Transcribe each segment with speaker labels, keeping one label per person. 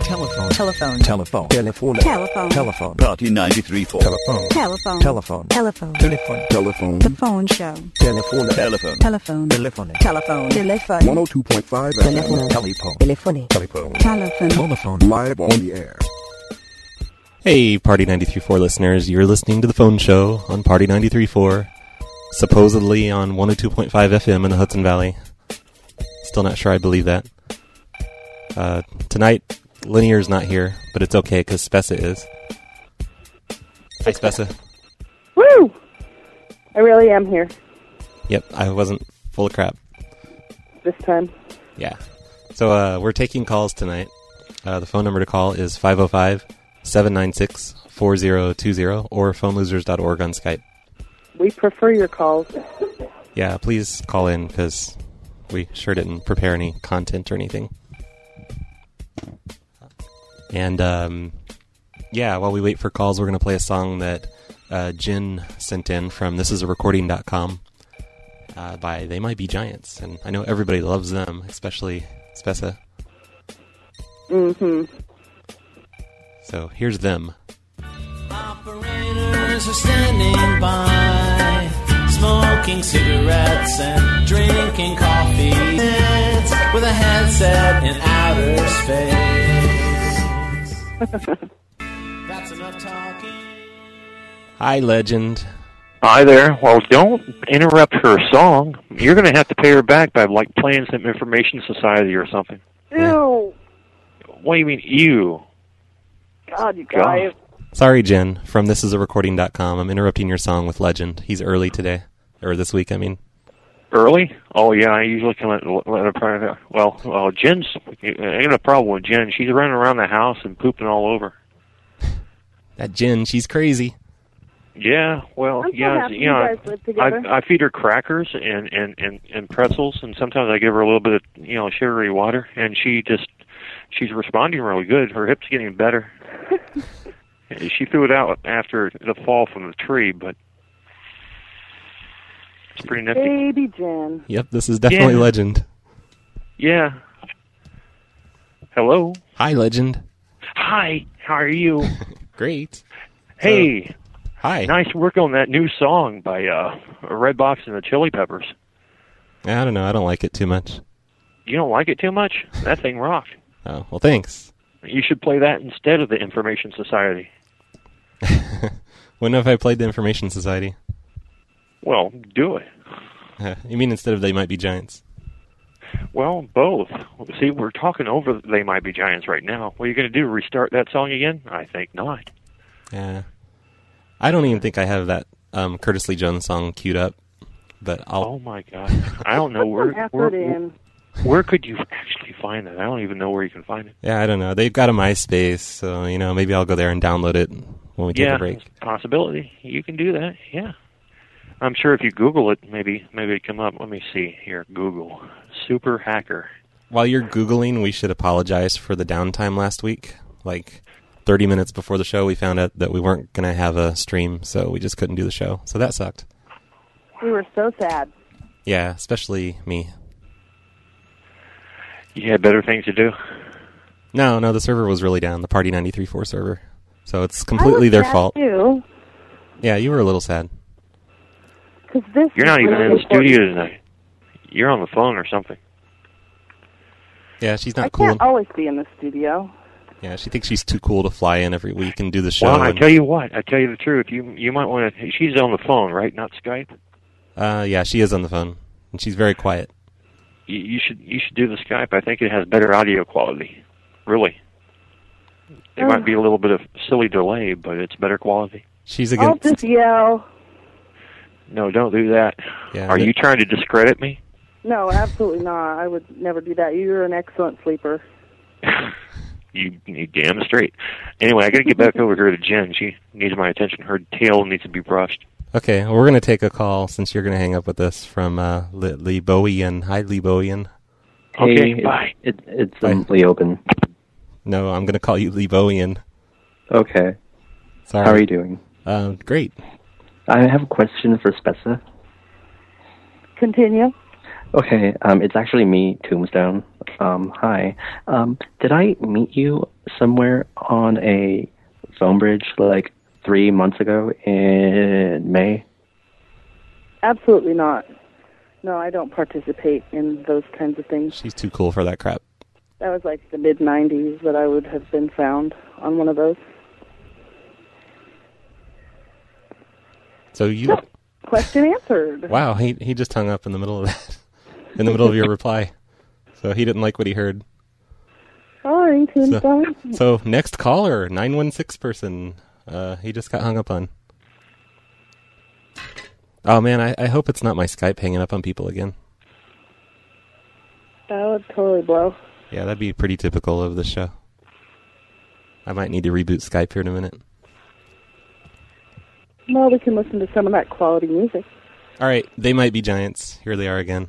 Speaker 1: telephone, telephone,
Speaker 2: telephone,
Speaker 1: telephone,
Speaker 3: telephone,
Speaker 2: telephone,
Speaker 4: Party 93.4.
Speaker 2: telephone,
Speaker 3: telephone,
Speaker 2: telephone,
Speaker 3: telephone,
Speaker 2: telephone,
Speaker 4: Telephone.
Speaker 3: the phone show,
Speaker 2: telephone,
Speaker 4: Telephone.
Speaker 3: telephone,
Speaker 2: telephone,
Speaker 3: telephone, telephone,
Speaker 4: 102.5
Speaker 2: telephone,
Speaker 4: FM.
Speaker 2: telephone,
Speaker 4: Telephone.
Speaker 3: telephone.
Speaker 2: telephone.
Speaker 4: Live on the air.
Speaker 5: Hey, Party 93.4 listeners, you're listening to The Phone Show on Party 93.4, supposedly on 102.5 FM in the Hudson Valley. Still not sure I believe that. Uh, tonight, Linear's not here, but it's okay because Spessa is. Hi, Spessa.
Speaker 6: Woo! I really am here
Speaker 5: Yep, I wasn't full of crap.
Speaker 6: this time.
Speaker 5: Yeah. So uh, we're taking calls tonight. Uh, the phone number to call is 505 796 4020 or phonelosers.org on Skype.
Speaker 6: We prefer your calls.
Speaker 5: Yeah, please call in because we sure didn't prepare any content or anything. And um, yeah, while we wait for calls, we're going to play a song that uh, Jin sent in from thisisarecording.com uh, by They Might Be Giants. And I know everybody loves them, especially Spessa.
Speaker 6: Mm-hmm.
Speaker 5: So here's them.
Speaker 7: Operators are standing by, smoking cigarettes and drinking coffee with a headset in outer space. That's enough talking.
Speaker 5: Hi, legend.
Speaker 8: Hi there. Well, don't interrupt her song. You're going to have to pay her back by like playing some information society or something.
Speaker 6: Ew!
Speaker 8: What do you mean, you?
Speaker 6: God, you guys.
Speaker 5: Sorry, Jen, from thisisarecording.com. I'm interrupting your song with Legend. He's early today, or this week, I mean.
Speaker 8: Early? Oh yeah, I usually can let let her private. Well, well, Jen's. I got a problem with Jen. She's running around the house and pooping all over.
Speaker 5: That Jen, she's crazy.
Speaker 8: Yeah, well,
Speaker 6: I'm so
Speaker 8: yeah,
Speaker 6: happy you
Speaker 8: yeah.
Speaker 6: guys live together.
Speaker 8: I, I feed her crackers and and and and pretzels, and sometimes I give her a little bit of you know sugary water, and she just she's responding really good. Her hips getting better. she threw it out after the fall from the tree, but it's pretty nifty.
Speaker 6: Baby Jen.
Speaker 5: Yep, this is definitely
Speaker 8: Yeah.
Speaker 5: Legend.
Speaker 8: Yeah. Hello.
Speaker 5: Hi, Legend.
Speaker 8: Hi. How are you?
Speaker 5: Great.
Speaker 8: hey.
Speaker 5: Hi.
Speaker 8: Nice work on that new song by uh Redbox and the Chili Peppers.
Speaker 5: I don't know. I don't like it too much.
Speaker 8: You don't like it too much? That thing rocked.
Speaker 5: Oh, well, thanks.
Speaker 8: You should play that instead of the Information Society.
Speaker 5: Wouldn't know if I played the Information Society. Uh,
Speaker 8: Well, do it.
Speaker 5: you mean instead of They Might Be Giants?
Speaker 8: Well, both. See, we're talking over They Might Be Giants right now. What are you going to do? Restart that song again? I think not.
Speaker 5: Yeah. I don't even think I have that um, Curtis Lee Jones song queued up, but I'll.
Speaker 8: Oh my god. I don't know
Speaker 6: Put
Speaker 8: where
Speaker 6: some effort
Speaker 8: where,
Speaker 6: in.
Speaker 8: where could you actually find that? I don't even know where you can find it.
Speaker 5: Yeah, I don't know. They've got a MySpace, so, you know, maybe I'll go there and download it when we take
Speaker 8: yeah,
Speaker 5: a break.
Speaker 8: it's a possibility. You can do that. Yeah. I'm sure if you Google it, maybe maybe it come up. Let me see here. Google super hacker.
Speaker 5: While you're googling, we should apologize for the downtime last week. Like 30 minutes before the show, we found out that we weren't going to have a stream, so we just couldn't do the show. So that sucked.
Speaker 6: We were so sad.
Speaker 5: Yeah, especially me.
Speaker 8: You had better things to do.
Speaker 5: No, no, the server was really down, the Party 93.4 server. So it's completely
Speaker 6: I was
Speaker 5: their
Speaker 6: sad
Speaker 5: fault.
Speaker 6: Too,
Speaker 5: Yeah, you were a little sad.
Speaker 6: cause this
Speaker 8: You're not
Speaker 6: is
Speaker 8: even
Speaker 6: really
Speaker 8: in the
Speaker 6: important.
Speaker 8: studio tonight. You're on the phone or something.
Speaker 5: Yeah, she's
Speaker 6: I
Speaker 5: not cool.
Speaker 6: can't always be in the studio.
Speaker 5: Yeah, she thinks she's too cool to fly in every week and do the show.
Speaker 8: Well, I
Speaker 5: and-
Speaker 8: tell you what, I tell you the truth. You you might want to. She's on the phone, right? Not Skype.
Speaker 5: uh, yeah, she is on the phone, and she's very quiet.
Speaker 8: You, you should you should do the Skype. I think it has better audio quality. Really, there might be a little bit of silly delay, but it's better quality.
Speaker 5: She's
Speaker 6: I'll
Speaker 5: against.
Speaker 6: just yell.
Speaker 8: No, don't do that.
Speaker 5: Yeah,
Speaker 8: Are
Speaker 5: that-
Speaker 8: you trying to discredit me?
Speaker 6: No, absolutely not. I would never do that. You're an excellent sleeper.
Speaker 8: You, you damn straight. Anyway, I got to get back over here to Jen. She needs my attention. Her tail needs to be brushed.
Speaker 5: Okay, well, we're going to take a call since you're going to hang up with us from uh, Li- Lee Bowian. Hi, Lee Bowian.
Speaker 8: Okay,
Speaker 9: Hey,
Speaker 8: bye.
Speaker 9: It, it's um, Lee Open.
Speaker 5: No, I'm going to call you Lee Bowian.
Speaker 9: Okay.
Speaker 5: Sorry.
Speaker 9: How are you doing?
Speaker 5: Uh, great.
Speaker 9: I have a question for Spessa.
Speaker 6: Continue.
Speaker 9: Okay, um, it's actually me, Tombstone. Um, hi. Um, did I meet you somewhere on a phone bridge like three months ago in May?
Speaker 6: Absolutely not. No, I don't participate in those kinds of things.
Speaker 5: She's too cool for that crap.
Speaker 6: That was like the mid 90s that I would have been found on one of those.
Speaker 5: So you,
Speaker 6: Question answered.
Speaker 5: wow, he he just hung up in the middle of that, in the middle of your reply. So he didn't like what he heard.
Speaker 6: Sorry, Tombstone.
Speaker 5: So next caller, nine one six person. Uh, he just got hung up on. Oh man, I, I hope it's not my Skype hanging up on people again.
Speaker 6: That would Oh, totally blow.
Speaker 5: Yeah, that'd be pretty typical of the show. I might need to reboot Skype here in a minute.
Speaker 6: Well, we can listen to some of that quality music.
Speaker 5: All right, they might be giants. Here they are again.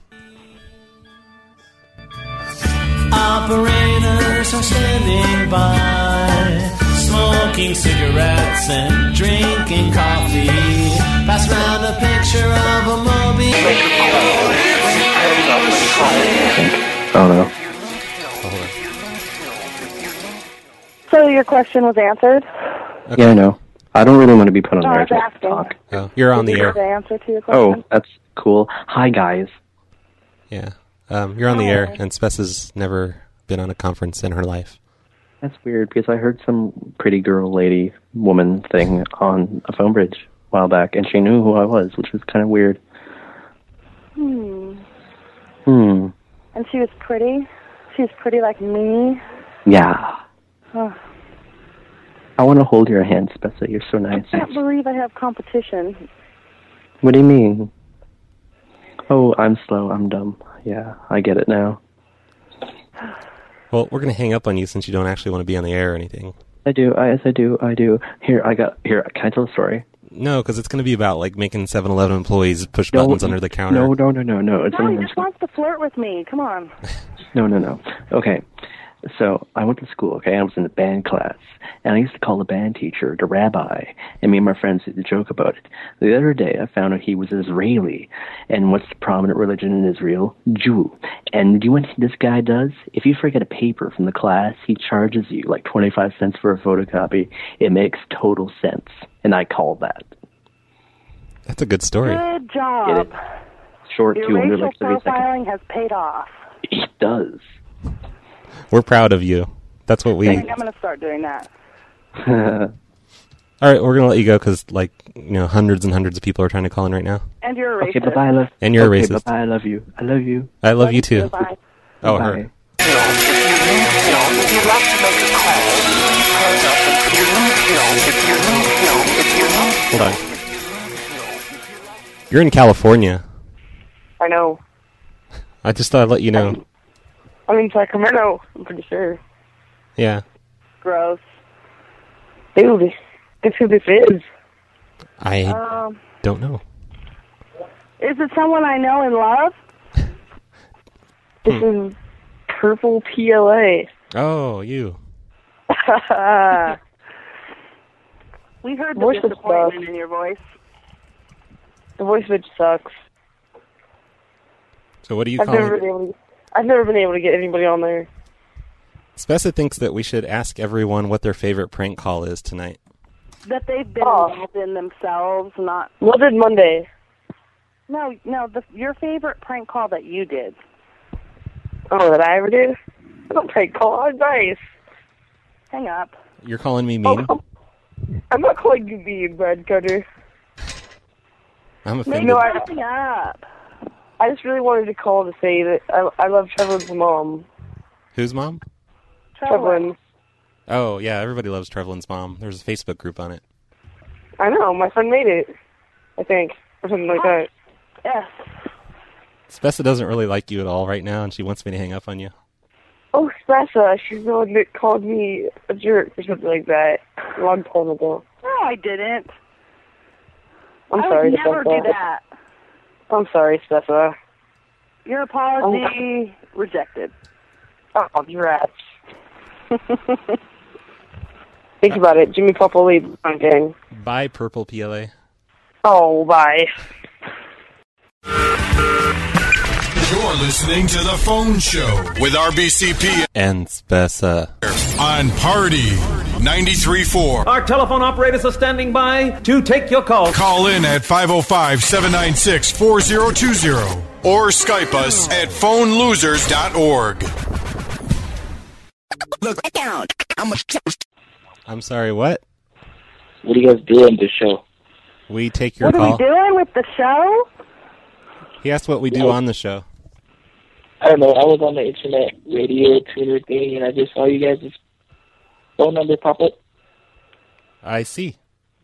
Speaker 7: Operators are standing by, smoking cigarettes and drinking coffee. Pass round a picture of a Moby.
Speaker 9: Oh no.
Speaker 6: So your question was answered?
Speaker 9: Yeah, I know. I don't really want to be put on
Speaker 6: No, I
Speaker 9: there.
Speaker 6: was asking.
Speaker 5: Oh, you're on the
Speaker 6: Did
Speaker 5: air.
Speaker 6: I answer to your question?
Speaker 9: Oh, that's cool. Hi guys.
Speaker 5: Yeah, um, you're on the air, and Spess has never been on a conference in her life.
Speaker 9: That's weird because I heard some pretty girl, lady, woman thing on a phone bridge a while back, and she knew who I was, which was kind of weird.
Speaker 6: Hmm.
Speaker 9: Hmm.
Speaker 6: And she was pretty. She was pretty like me.
Speaker 9: Yeah.
Speaker 6: Oh,
Speaker 9: I want to hold your hand, Spessa. You're so nice.
Speaker 6: I can't believe I have competition.
Speaker 9: What do you mean? Oh, I'm slow. I'm dumb. Yeah, I get it now.
Speaker 5: Well, we're gonna hang up on you since you don't actually want to be on the air or anything.
Speaker 9: I do. I, yes, I do. I do. Here, I got. Here, can I tell a story?
Speaker 5: No, because it's gonna be about like making 7-Eleven employees push buttons under the counter.
Speaker 9: No, no, no, no, no. Oh, It's
Speaker 6: No, he
Speaker 9: not-
Speaker 6: just wants to flirt with me. Come on.
Speaker 9: No, no, no. Okay. So I went to school, okay? I was in a band class. And I used to call the band teacher the rabbi. And me and my friends used to joke about it. The other day, I found out he was Israeli. And what's the prominent religion in Israel? Jew. And do you want to see what this guy does? If you forget a paper from the class, he charges you like 25 cents for a photocopy. It makes total sense. And I call that.
Speaker 5: That's a good story.
Speaker 6: Good
Speaker 9: Get
Speaker 6: job.
Speaker 9: it? Short
Speaker 6: Your
Speaker 9: 200,
Speaker 6: racial
Speaker 9: like 30 seconds.
Speaker 6: profiling has paid off.
Speaker 9: He does.
Speaker 5: We're proud of you. That's what we.
Speaker 6: I think I'm going to start doing that.
Speaker 5: All right, we're gonna let you go because like you know hundreds and hundreds of people are trying to call in right now.
Speaker 6: And you're a racist.
Speaker 9: Okay, bye bye. I love
Speaker 5: And you're a
Speaker 9: Uh, okay,
Speaker 5: racist.
Speaker 9: Bye-bye, I love you. I love you.
Speaker 5: I love you too.
Speaker 6: Bye.
Speaker 5: Oh,
Speaker 9: Bye.
Speaker 5: her. Hold on. You're in California.
Speaker 1: I know.
Speaker 5: I just thought I'd let you know.
Speaker 1: I'm in Sacramento. I'm pretty sure.
Speaker 5: Yeah,
Speaker 6: Gross.
Speaker 1: Dude, guess who this is?
Speaker 5: I
Speaker 6: Um,
Speaker 5: don't know.
Speaker 6: is it someone I know and love?
Speaker 5: Hmm.
Speaker 1: This is Purple PLA.
Speaker 5: Oh, you.
Speaker 6: We heard the
Speaker 1: Voice of
Speaker 6: disappointment
Speaker 1: stuff.
Speaker 6: in your voice.
Speaker 1: The voice bitch sucks.
Speaker 5: So what do you
Speaker 1: I've
Speaker 5: call
Speaker 1: never
Speaker 5: it?
Speaker 1: been able. To, I've never been able to get anybody on there.
Speaker 5: Spessa thinks that we should ask everyone what their favorite prank call is tonight.
Speaker 6: That they've been
Speaker 1: Oh.
Speaker 6: involved in themselves, not
Speaker 1: What did Monday?
Speaker 6: no, no. The, your favorite prank call that you did.
Speaker 1: Oh, that I ever did? I don't prank call. I'm nice.
Speaker 6: Hang up.
Speaker 5: You're calling me
Speaker 1: Oh,
Speaker 5: mean?
Speaker 1: come- I'm not calling you mean, bread cutter.
Speaker 5: I'm
Speaker 1: No,
Speaker 5: offended.
Speaker 1: no, I,
Speaker 6: Hang up.
Speaker 1: I just really wanted to call to say that I, I love Trevor's mom.
Speaker 5: Whose mom?
Speaker 1: Trevor.
Speaker 5: Oh, yeah, everybody loves Trevlin's mom. There's a Facebook group on it.
Speaker 1: I know. My friend made it. I think, or something like that.
Speaker 6: Yes.
Speaker 5: Spessa doesn't really like you at all right now, and she wants me to hang up on you.
Speaker 1: Oh, Spessa, she's the one that called me a jerk or something like that a long time ago.
Speaker 6: No, I didn't.
Speaker 1: I'm
Speaker 6: I
Speaker 1: sorry,
Speaker 6: would never
Speaker 1: Spessa.
Speaker 6: do that.
Speaker 1: I'm sorry, Spessa.
Speaker 6: Your
Speaker 10: Oh
Speaker 6: apology rejected.
Speaker 1: Oh, rats. Think about it. Jimmy Papa Lee Brown Gang.
Speaker 5: Bye, Purple PLA.
Speaker 1: Oh, bye.
Speaker 2: You're listening to The Phone Show with RBCP
Speaker 5: and Spessa.
Speaker 2: on Party 93.4.
Speaker 3: Our telephone operators are standing by to take your call.
Speaker 2: Call in at 505 796 4020 or Skype us at phonelosers.org.
Speaker 5: I'm sorry, what?
Speaker 11: What do you guys do on this show?
Speaker 5: We take your
Speaker 6: What are
Speaker 5: call.
Speaker 6: we doing with the show?
Speaker 5: He asked what we do on the show.
Speaker 11: I don't know. I was on the internet radio tuner thing, and I just saw you guys' phone number pop up.
Speaker 5: I see.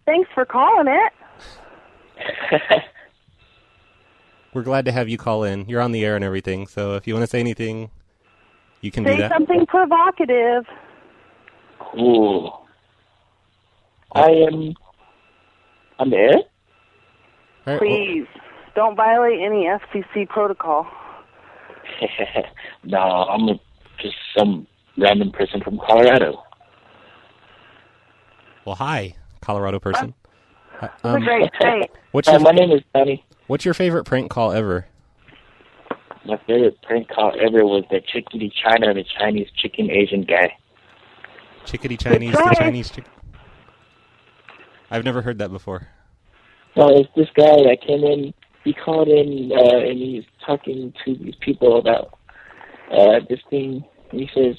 Speaker 6: Thanks for calling it.
Speaker 5: We're glad to have you call in. You're on the air and everything, so if you want to say anything, you can do
Speaker 6: Say
Speaker 5: that.
Speaker 6: something provocative.
Speaker 11: Cool. I am. I'm there.
Speaker 5: All right, well,
Speaker 6: Please don't violate any FCC protocol.
Speaker 11: no, I'm a, just some random person from Colorado.
Speaker 5: well, hi, Colorado person. Hi,
Speaker 6: It's a
Speaker 5: um,
Speaker 6: great state.
Speaker 5: what's
Speaker 11: Uh,
Speaker 5: your
Speaker 11: my name is Tony.
Speaker 5: what's your favorite prank call ever?
Speaker 11: My favorite prank call ever was the chickadee China, the Chinese chicken Asian guy.
Speaker 5: Chickadee Chinese, the
Speaker 6: Sorry.
Speaker 5: Chinese chicken. I've never heard that before.
Speaker 11: No, it's this guy that came in. He called in uh, and he's talking to these people about uh, this thing. And he says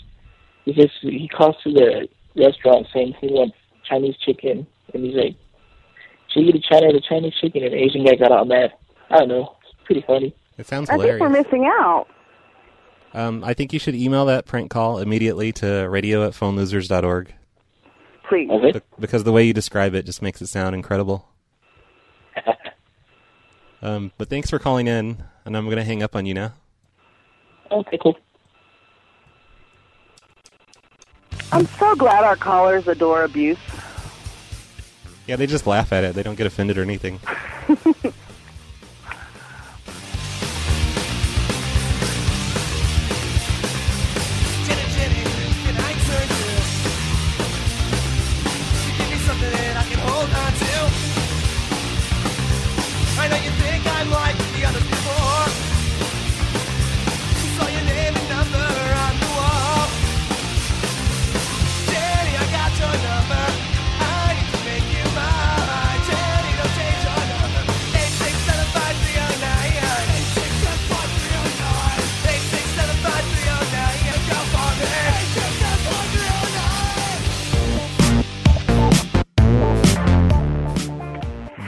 Speaker 11: he says he calls to the restaurant saying he wants Chinese chicken, and he's like, "Should you get a China the Chinese chicken?" And the Asian guy got all mad. I don't know. It's pretty funny.
Speaker 5: It sounds
Speaker 6: I think
Speaker 5: hilarious.
Speaker 6: we're missing out.
Speaker 5: um, I think you should email that prank call immediately to radio at phonelosers.org
Speaker 6: Please.
Speaker 11: Was it?
Speaker 5: be- because the way you describe it just makes it sound incredible. um, but thanks for calling in, and I'm going to hang up on you now.
Speaker 11: Okay, cool.
Speaker 6: I'm so glad our callers adore abuse.
Speaker 5: Yeah, they just laugh at it. They don't get offended or anything.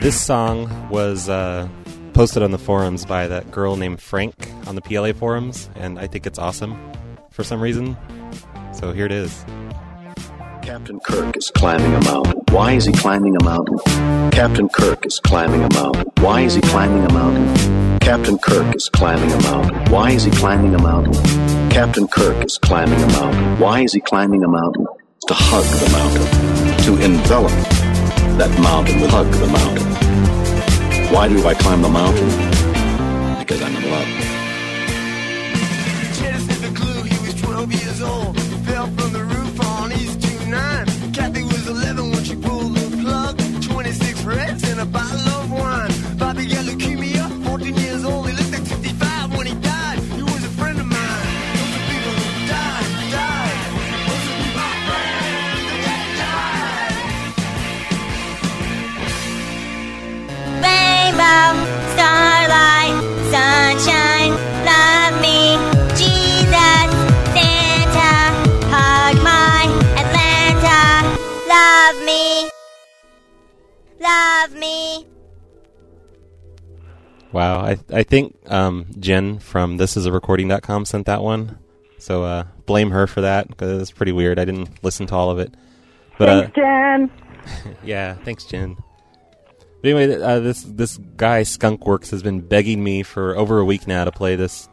Speaker 5: This song was uh, posted on the forums by that girl named Frank on the PLA forums, and I think it's awesome for some reason. So here it is.
Speaker 12: Captain Kirk is climbing a mountain. Why is he climbing a mountain? Captain Kirk is climbing a mountain. Why is he climbing a mountain? Captain Kirk is climbing a mountain. Why is he climbing a mountain? Captain Kirk is climbing a mountain. Why is he climbing a mountain? To hug the mountain. To envelop that mountain with hug the mountain. Why do I climb the mountain? Because I'm in love.
Speaker 13: Rainbow, starlight, sunshine, love me, Jesus, Santa, hug my Atlanta, love me, love me.
Speaker 5: Wow, I, I think um, Jen from thisisarecording.com sent that one. So uh, blame her for that because it's pretty weird. I didn't listen to all of it. But uh,
Speaker 6: Thanks, Jen.
Speaker 5: Yeah, thanks, Jen. But anyway, th- uh, this this guy Skunkworks has been begging me for over a week now to play this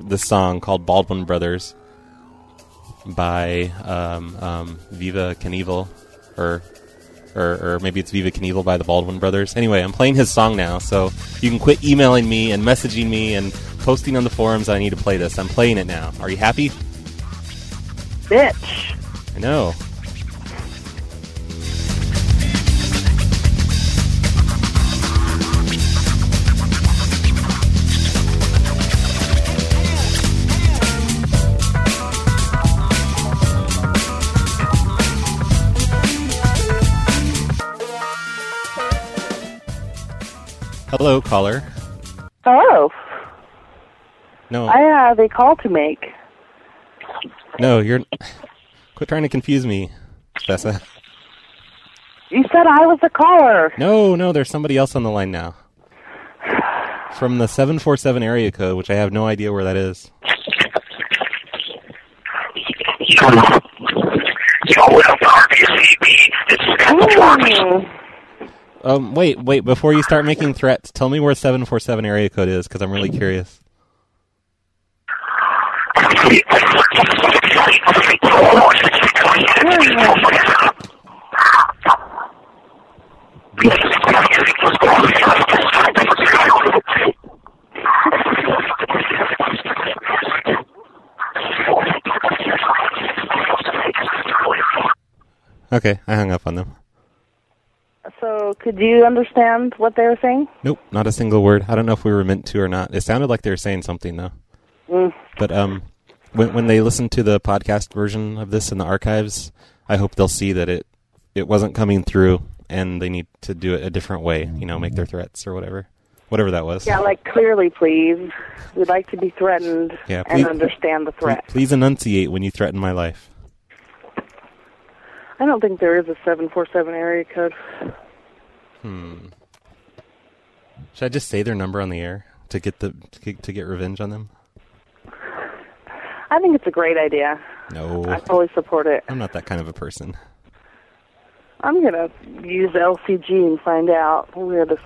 Speaker 5: this song called Baldwin Brothers by um, um, Viva Knievel, or, or or maybe it's Viva Knievel by the Baldwin Brothers. Anyway, I'm playing his song now, so you can quit emailing me and messaging me and posting on the forums. I need to play this. I'm playing it now. Are you happy?
Speaker 6: Bitch.
Speaker 5: I know.
Speaker 13: Baldwin
Speaker 5: Hello, caller.
Speaker 6: Hello.
Speaker 5: No,
Speaker 6: I have a call to make.
Speaker 5: no, you're. Quit trying to confuse me, Tessa.
Speaker 6: You said I was the caller.
Speaker 5: No, no, there's somebody else on the line now. From the 747 area code, which I have no idea where that is. Um, wait, wait, before you start making threats, tell me where 747 area code is, because I'm really curious. Okay, I hung up on them.
Speaker 6: So, could you understand what they were saying?
Speaker 5: Nope, not a single word. I don't know if we were meant to or not. It sounded like they were saying something, though.
Speaker 6: Mm.
Speaker 5: But um, when when they listen to the podcast version of this in the archives, I hope they'll see that it it wasn't coming through, and they need to do it a different way. You know, make their threats or whatever, whatever that was.
Speaker 6: Yeah, like clearly, please. We'd like to be threatened
Speaker 5: Yeah,
Speaker 6: and
Speaker 5: please-
Speaker 6: understand the
Speaker 5: Please,
Speaker 6: threat.
Speaker 5: please enunciate when you threaten my life.
Speaker 6: I don't think there is a 747 area code.
Speaker 5: Hmm. Should I just say their number on the air to get the to get, to get revenge on them?
Speaker 6: I think it's a great idea. I
Speaker 5: No,
Speaker 6: totally support it.
Speaker 5: I'm not that kind of a person.
Speaker 6: I'm going to use LCG and find out where this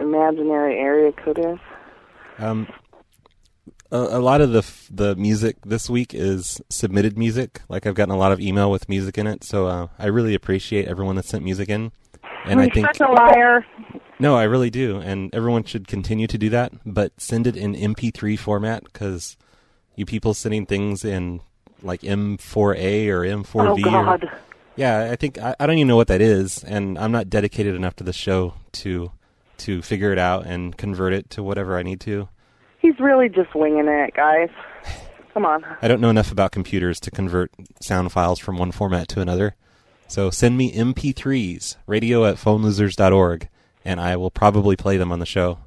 Speaker 6: imaginary area code is.
Speaker 5: Um, a, a lot of the f- the music this week is submitted music. Like I've gotten a lot of email with music in it, so uh, I really appreciate everyone that sent music in. And I
Speaker 6: You're
Speaker 5: think
Speaker 6: such a liar.
Speaker 5: no, I really do, and everyone should continue to do that, but send it in MP3 format because you people sending things in like M4A or M4V.
Speaker 6: Oh,
Speaker 5: or-
Speaker 6: God.
Speaker 5: yeah, I think I, I don't even know what that is, and I'm not dedicated enough to the show to to figure it out and convert it to whatever I need to.
Speaker 6: He's really just winging it, guys. Come on.
Speaker 5: I don't know enough about computers to convert sound files from one format to another. So send me MP3s, radio at phonelosers.org, and I will probably play them on the show.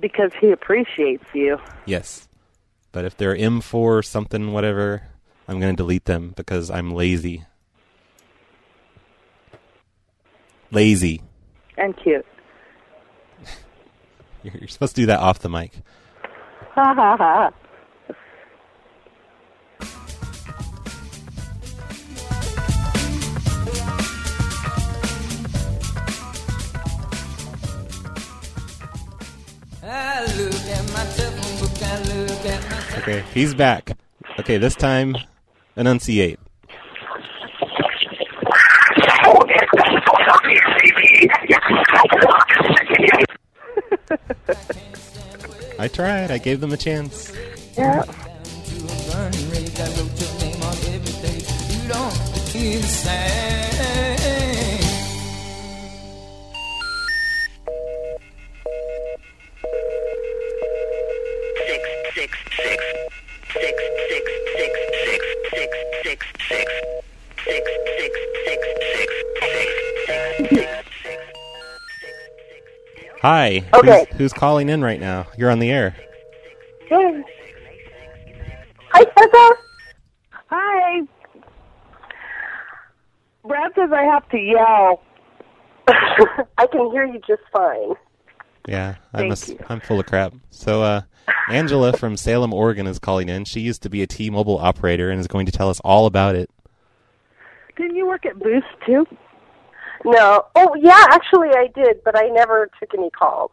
Speaker 6: Because he appreciates you.
Speaker 5: Yes. But if they're M4 something, whatever, I'm going to delete them because I'm lazy. Lazy.
Speaker 6: And cute.
Speaker 5: You're you're supposed to do that off the mic.
Speaker 6: Ha ha ha.
Speaker 7: I look at my textbook, I look at my
Speaker 5: Okay, he's back. Okay, this time, enunciate. I tried. I gave them a chance.
Speaker 6: Yeah.
Speaker 7: burning rage. I wrote your name on every page. You don't insane.
Speaker 5: Hi.
Speaker 10: Okay.
Speaker 5: Who's, who's calling in right now? You're on the air.
Speaker 10: Hi, Tessa.
Speaker 6: Hi. Brad says I have to yell.
Speaker 10: I can hear you just fine.
Speaker 5: Yeah, I'm
Speaker 10: Thank
Speaker 5: a s- I'm full of crap. So, uh, Angela from Salem, Oregon, is calling in. She used to be a T-Mobile operator and is going to tell us all about it.
Speaker 10: Didn't you work at Boost too? No. Oh, yeah. Actually, I did, but I never took any calls.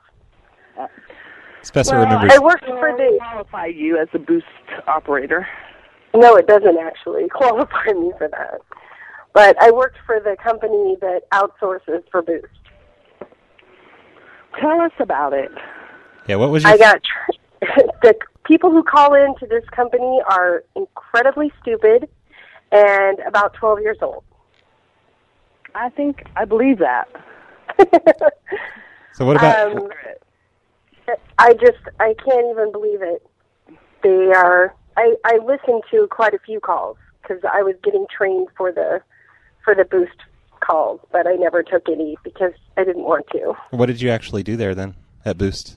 Speaker 5: Spessa
Speaker 10: Well,
Speaker 5: remembers.
Speaker 10: I worked for the.
Speaker 6: Qualify you as a boost operator.
Speaker 10: No, it doesn't actually qualify me for that. But I worked for the company that outsources for Boost.
Speaker 6: Tell us about it.
Speaker 5: yeah, what was your?
Speaker 10: I got tr- the people who call in to this company are incredibly stupid and about 12 years old.
Speaker 6: I think I believe that.
Speaker 5: so what about?
Speaker 10: Um, I just I can't even believe it. They are. I I listened to quite a few calls because I was getting trained for the for the boost calls, but I never took any because I didn't want to.
Speaker 5: what did you actually do there then? at Boost?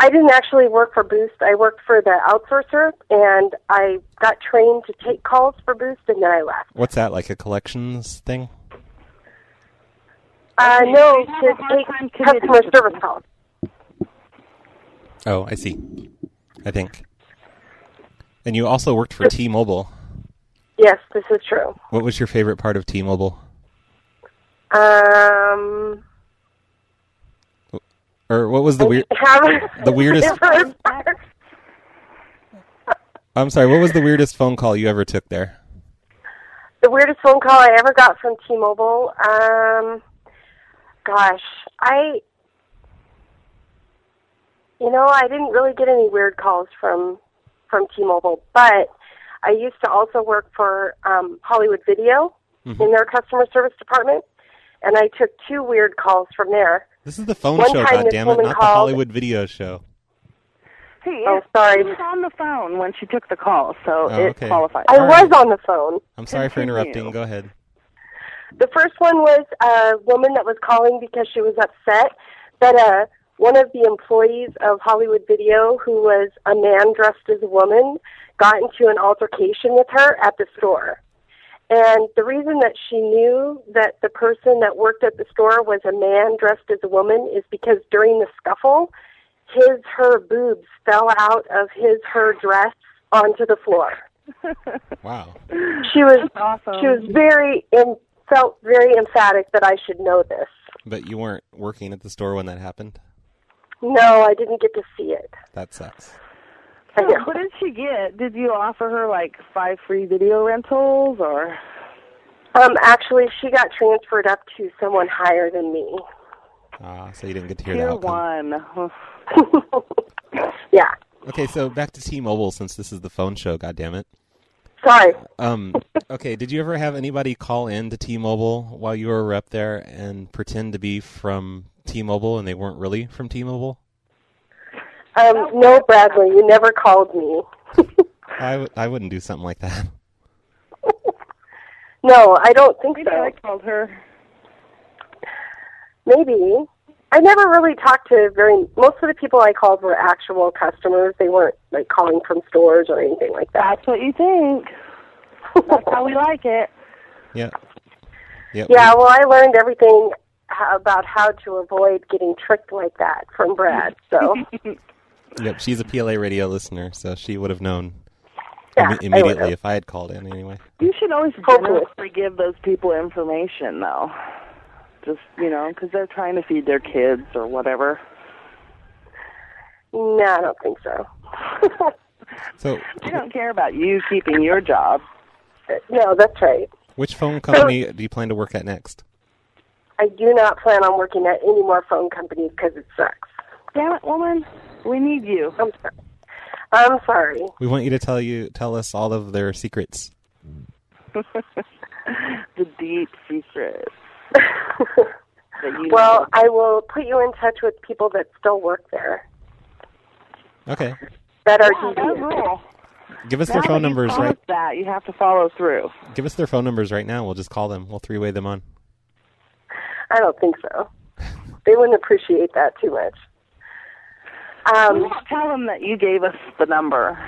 Speaker 10: I didn't actually work for Boost. I worked for the outsourcer, and I got trained to take calls for Boost, and then I left.
Speaker 5: What's that like a collections thing?
Speaker 10: Uh, no, to take customer service calls.
Speaker 5: Oh, I see. I think. And you also worked for T-Mobile.
Speaker 10: Yes, this is true.
Speaker 5: What was your favorite part of T-Mobile?
Speaker 10: Um,
Speaker 5: Or what was the
Speaker 10: Oh,
Speaker 5: weird
Speaker 10: have-
Speaker 5: the weirdest I'm sorry, what was the weirdest phone call you ever took there?
Speaker 10: the weirdest phone call I ever got from T-Mobile. Um, gosh, I, you know, I didn't really get any weird calls from from T-Mobile, but I used to also work for um, Hollywood Video
Speaker 5: Mm-hmm.
Speaker 10: in their customer service department, and I took two weird calls from there.
Speaker 5: This is the phone
Speaker 10: One
Speaker 5: show,
Speaker 10: time this
Speaker 5: goddammit,
Speaker 10: woman
Speaker 5: not the
Speaker 10: called-
Speaker 5: Hollywood video show.
Speaker 10: Hey, oh, sorry.
Speaker 6: was on the phone when she took the call, so
Speaker 5: Oh,
Speaker 6: it
Speaker 5: okay.
Speaker 6: qualifies.
Speaker 10: I was on the phone.
Speaker 5: I'm sorry for interrupting. Go ahead.
Speaker 10: The first one was a woman that was calling because she was upset that uh, one of the employees of Hollywood Video, who was a man dressed as a woman, got into an altercation with her at the store. And the reason that she knew that the person that worked at the store was a man dressed as a woman is because during the scuffle, his her boobs fell out of his her dress onto the floor.
Speaker 5: Wow.
Speaker 10: She was
Speaker 6: That's awesome.
Speaker 10: she was very em felt very emphatic that I should know this.
Speaker 5: But you weren't working at the store when that happened.
Speaker 10: No, I didn't get to see it.
Speaker 5: That sucks.
Speaker 6: So what did she get? Did you offer her like five free video rentals or?
Speaker 10: Um, actually, she got transferred up to someone higher than me.
Speaker 5: Ah, so you didn't get to hear the
Speaker 6: Tier
Speaker 5: outcome.
Speaker 6: one.
Speaker 10: yeah.
Speaker 5: Okay, so back to T-Mobile since this is the phone show, goddammit.
Speaker 10: Sorry.
Speaker 5: Um, okay, did you ever have anybody call in to T-Mobile while you were up there and pretend to be from T-Mobile and they weren't really from T-Mobile?
Speaker 10: Um, no, Bradley, you never called me.
Speaker 5: I, w- I wouldn't do something like that.
Speaker 10: No, I don't think
Speaker 6: Maybe
Speaker 10: so.
Speaker 6: I called her.
Speaker 10: Maybe. I never really talked to very. Most of the people I called were actual customers. They weren't like calling from stores or anything like that.
Speaker 6: That's what you think. That's how we like it.
Speaker 5: Yeah. Yeah.
Speaker 10: Yeah, well, I learned everything h- about how to avoid getting tricked like that from Brad. So
Speaker 5: Yep, she's a PLA radio listener, so she would have known
Speaker 10: Yeah,
Speaker 5: imme-
Speaker 10: I
Speaker 5: immediately
Speaker 10: would've.
Speaker 5: if I had called in anyway.
Speaker 6: You should always
Speaker 10: Hopefully.
Speaker 6: generously give those people information, though. Just you know, because they're trying to feed their kids or whatever.
Speaker 10: no, I don't think so.
Speaker 5: So,
Speaker 6: They don't care about you keeping your job.
Speaker 10: No, that's right.
Speaker 5: which phone company do you plan to work at next?
Speaker 10: I do not plan on working at any more phone companies because it sucks.
Speaker 6: Damn it, woman! We need you.
Speaker 10: I'm sorry. I'm sorry.
Speaker 5: We want you to tell you tell us all of their secrets.
Speaker 6: the deep secret. that you
Speaker 10: Well, I will put you in touch with people that still work there
Speaker 5: Okay,
Speaker 10: that are
Speaker 6: Yeah,
Speaker 10: deviant.
Speaker 6: that rule.
Speaker 5: give us
Speaker 6: Now
Speaker 5: their
Speaker 6: that
Speaker 5: phone
Speaker 6: you
Speaker 5: numbers
Speaker 6: promised
Speaker 5: right.
Speaker 6: That you have to follow through.
Speaker 5: Give us their phone numbers right now. We'll just call them. We'll three way them on.
Speaker 10: I don't think so. They wouldn't appreciate that too much.
Speaker 6: we
Speaker 10: Um,
Speaker 6: don't tell them that you gave us the number.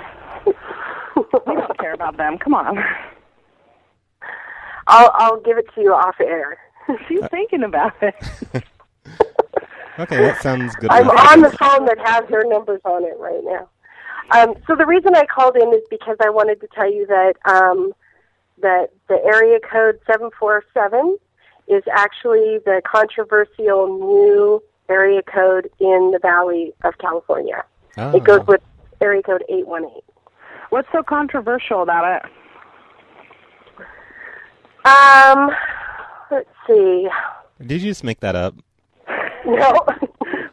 Speaker 6: we don't care about them. Come on.
Speaker 10: I'll I'll give it to you off air.
Speaker 6: She's thinking about it.
Speaker 5: Okay, that sounds good.
Speaker 10: I'm
Speaker 5: enough.
Speaker 10: on the phone that has their numbers on it right now. Um, so the reason I called in is because I wanted to tell you that um, that the area code seven four seven is actually the controversial new area code in the Valley of California.
Speaker 5: Ah.
Speaker 10: It goes with area code eight one eight.
Speaker 6: What's so controversial about it?
Speaker 10: Um, let's see.
Speaker 5: Did you just make that up?
Speaker 10: No,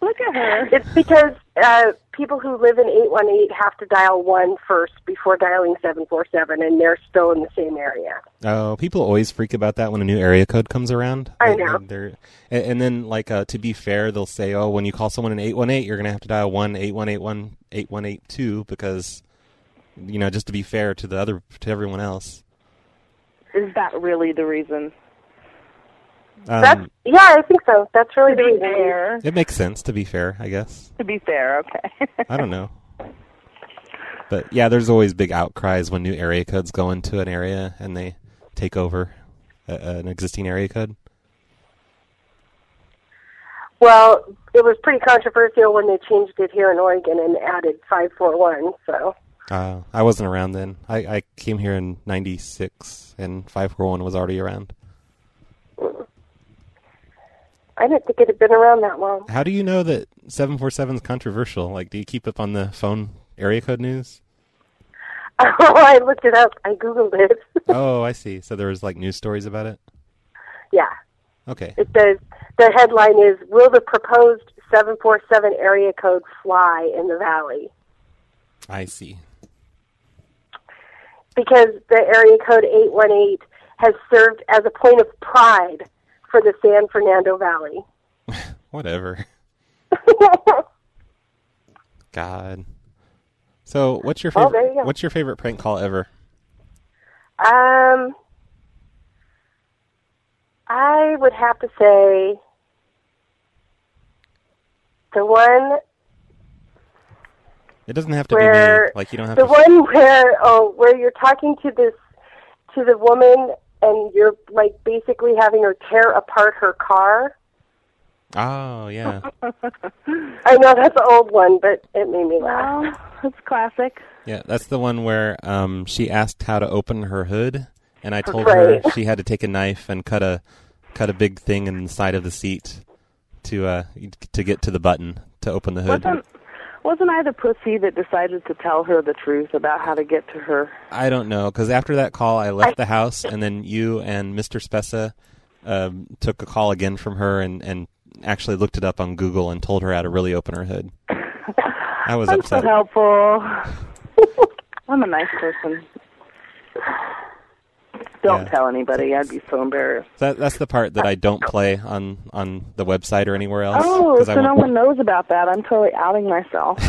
Speaker 6: Look at her.
Speaker 10: it's because uh, people who live in 818 have to dial one first before dialing 747, and they're still in the same area.
Speaker 5: Oh, people always freak about that when a new area code comes around.
Speaker 10: I
Speaker 5: And-
Speaker 10: know.
Speaker 5: And, they're, and, and then, like, uh, to be fair, they'll say, "Oh, when you call someone in eight one eight, you're going to have to dial one eight one eight one eight one eight two because, you know, just to be fair to the other to everyone else."
Speaker 6: Is that really the reason?
Speaker 5: Um,
Speaker 10: That's yeah, I think so. That's really the reason.
Speaker 5: It makes sense, to be fair, I guess.
Speaker 6: To be fair, okay.
Speaker 5: I don't know. But yeah, there's always big outcries when new area codes go into an area and they take over a, an existing area code.
Speaker 10: Well, it was pretty controversial when they changed it here in Oregon and added five four one. So
Speaker 5: Uh, I wasn't around then. I, I came here in 96 and 541 was already around.
Speaker 10: I didn't think it had been around that long.
Speaker 5: How do you know that 747 is controversial? Like, do you keep up on the phone area code news?
Speaker 10: Oh, I looked it up. I googled it.
Speaker 5: oh, I see. So there was like news stories about it?
Speaker 10: Yeah,
Speaker 5: Okay.
Speaker 10: it says the headline is "Will the proposed 747 area code fly in the valley?"
Speaker 5: I see.
Speaker 10: Because the area code 818 has served as a point of pride for the San Fernando Valley.
Speaker 5: Whatever. God. So, what's your
Speaker 10: Oh,
Speaker 5: favorite?
Speaker 10: there you go.
Speaker 5: what's your favorite prank call ever?
Speaker 10: Um, I would have to say the one
Speaker 5: It doesn't have to be me.
Speaker 10: where
Speaker 5: Like you don't have
Speaker 10: the
Speaker 5: to.
Speaker 10: one where oh where you're talking to this to the woman and you're like basically having her tear apart her car.
Speaker 5: Oh yeah.
Speaker 10: I know that's an old one, but it made me laugh.
Speaker 6: That's classic.
Speaker 5: Yeah, that's the one where um, she asked how to open her hood, and I told her
Speaker 6: Right.
Speaker 5: she had to take a knife and cut a cut a big thing in the side of the seat to uh, to get to the button to open the hood.
Speaker 6: Wasn't wasn't I the pussy that decided to tell her the truth about how to get to her?
Speaker 5: I don't know because after that call, I left the house, and then you and Mr. Spessa um, took a call again from her and and actually looked it up on Google and told her how to really open her hood. I was
Speaker 6: I'm
Speaker 5: upset.
Speaker 6: so helpful. I'm a nice person. Don't
Speaker 5: Yeah.
Speaker 6: tell anybody. I'd be so embarrassed.
Speaker 5: That, that's the part that I don't play on on the website or anywhere else.
Speaker 6: oh,
Speaker 5: 'cause I
Speaker 6: so no
Speaker 5: want-
Speaker 6: one knows about that. I'm totally outing myself.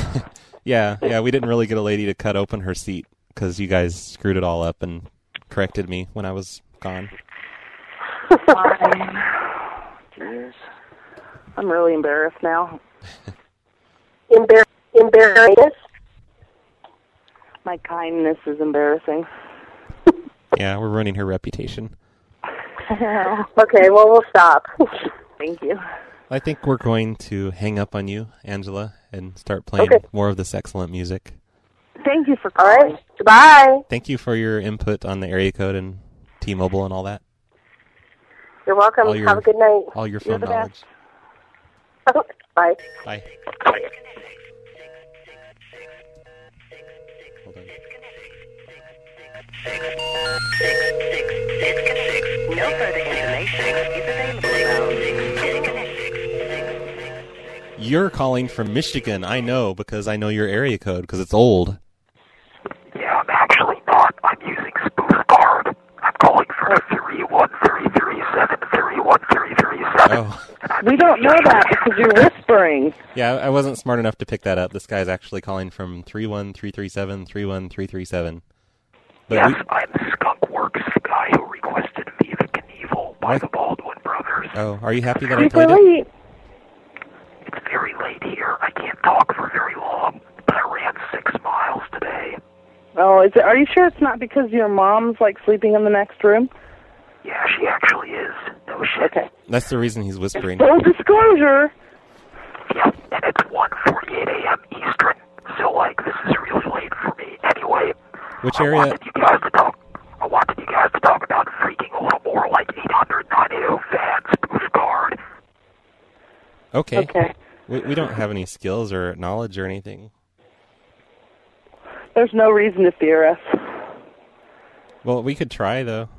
Speaker 5: Yeah, yeah, we didn't really get a lady to cut open her seat because you guys screwed it all up and corrected me when I was gone.
Speaker 6: Fine. Jeez. I'm really embarrassed now.
Speaker 10: Embar- embarrassed.
Speaker 6: My kindness is embarrassing.
Speaker 5: Yeah, we're ruining her reputation.
Speaker 10: okay, well we'll stop.
Speaker 6: Thank you.
Speaker 5: I think we're going to hang up on you, Angela, and start playing
Speaker 10: Okay.
Speaker 5: more of this excellent music.
Speaker 6: Thank you for
Speaker 10: calling. All right. Bye.
Speaker 5: Thank you for your input on the area code and T-Mobile and all that.
Speaker 10: You're welcome.
Speaker 5: All your-
Speaker 10: Have a good night.
Speaker 5: all your You're phone the best.
Speaker 10: Bye.
Speaker 5: Bye. You're calling from Michigan, I know, because I know your area code because it's old.
Speaker 4: Yeah, I'm actually not. I'm using spoof card. I'm calling for three one three three seven three one three three seven.
Speaker 5: Oh,
Speaker 6: We don't know that because you're whispering.
Speaker 5: yeah, I wasn't smart enough to pick that up. This guy's actually calling from 31337 31337. But
Speaker 4: yes,
Speaker 5: we-
Speaker 4: I'm Skunkworks, the guy who requested Viva Knievel by the Baldwin brothers.
Speaker 5: Oh, are you happy that I
Speaker 4: It's
Speaker 5: played it?
Speaker 4: late. It's very late here. I can't talk for very long, but I ran six miles today.
Speaker 6: Oh, is it? Are you sure it's not because your mom's like sleeping in the next room?
Speaker 4: Yeah, she actually is. No shit. Okay.
Speaker 5: That's the reason he's whispering.
Speaker 6: Full disclosure.
Speaker 4: Yeah, and it's one forty-eight a.m. Eastern, so like this is really late for me. Anyway,
Speaker 5: Which area?
Speaker 4: you guys to talk. I wanted you guys to talk about freaking a little more like 890 fans spoof card.
Speaker 5: Okay.
Speaker 6: Okay.
Speaker 5: We, we don't have any skills or knowledge or anything.
Speaker 6: There's no reason to fear us.
Speaker 5: Well, we could try though.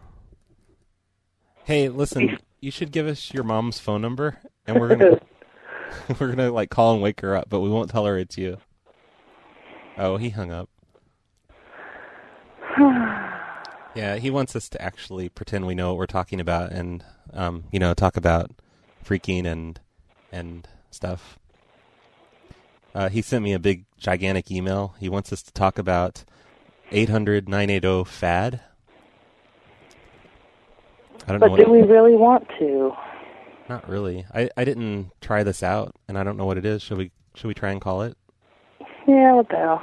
Speaker 5: Hey, listen, you should give us your mom's phone number, and we're gonna we're gonna like call and wake her up, but we won't tell her it's you. Oh, he hung up. Yeah, he wants us to actually pretend we know what we're talking about, and um, you know, talk about freaking and and stuff. Uh, he sent me a big, gigantic email. He wants us to talk about 800 980 FAD. I don't know
Speaker 6: but
Speaker 5: what
Speaker 6: do we really want to?
Speaker 5: Not really. I, I didn't try this out, and I don't know what it is. Should we should we try and call it?
Speaker 14: Yeah, what the hell?